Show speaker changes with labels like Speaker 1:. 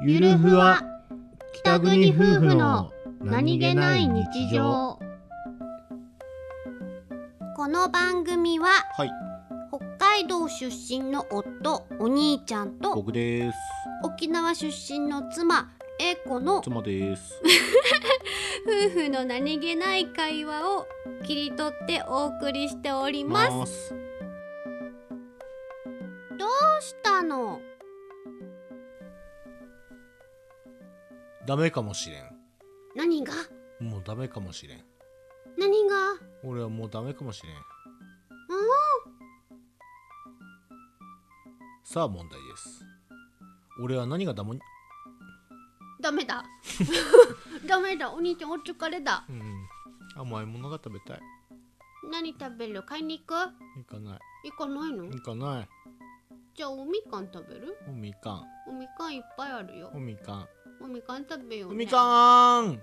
Speaker 1: ゆるふわ北国夫婦の
Speaker 2: この番組は
Speaker 1: はい
Speaker 2: 北海道出身の夫お兄ちゃんと
Speaker 1: 僕です
Speaker 2: 沖縄出身の妻英子の夫
Speaker 1: 妻です
Speaker 2: 婦の何気ない会話を切り取ってお送りしておりますど
Speaker 1: す
Speaker 2: うしたの
Speaker 1: ダメかもしれん
Speaker 2: 何が
Speaker 1: もうダメかもしれん
Speaker 2: 何が
Speaker 1: 俺はもうダメかもしれんさあ問題です俺は何がダメに、
Speaker 2: ダメだ ダメだお兄ちゃんお疲れだ
Speaker 1: うん、甘いものが食べたい
Speaker 2: 何食べる買いに行く
Speaker 1: いかない
Speaker 2: 行かないの
Speaker 1: いかない
Speaker 2: じゃあおみかん食べる
Speaker 1: おみかん
Speaker 2: おみかんいっぱいあるよ
Speaker 1: おみかん
Speaker 2: おみかん食べよう
Speaker 1: お
Speaker 2: ね
Speaker 1: みかん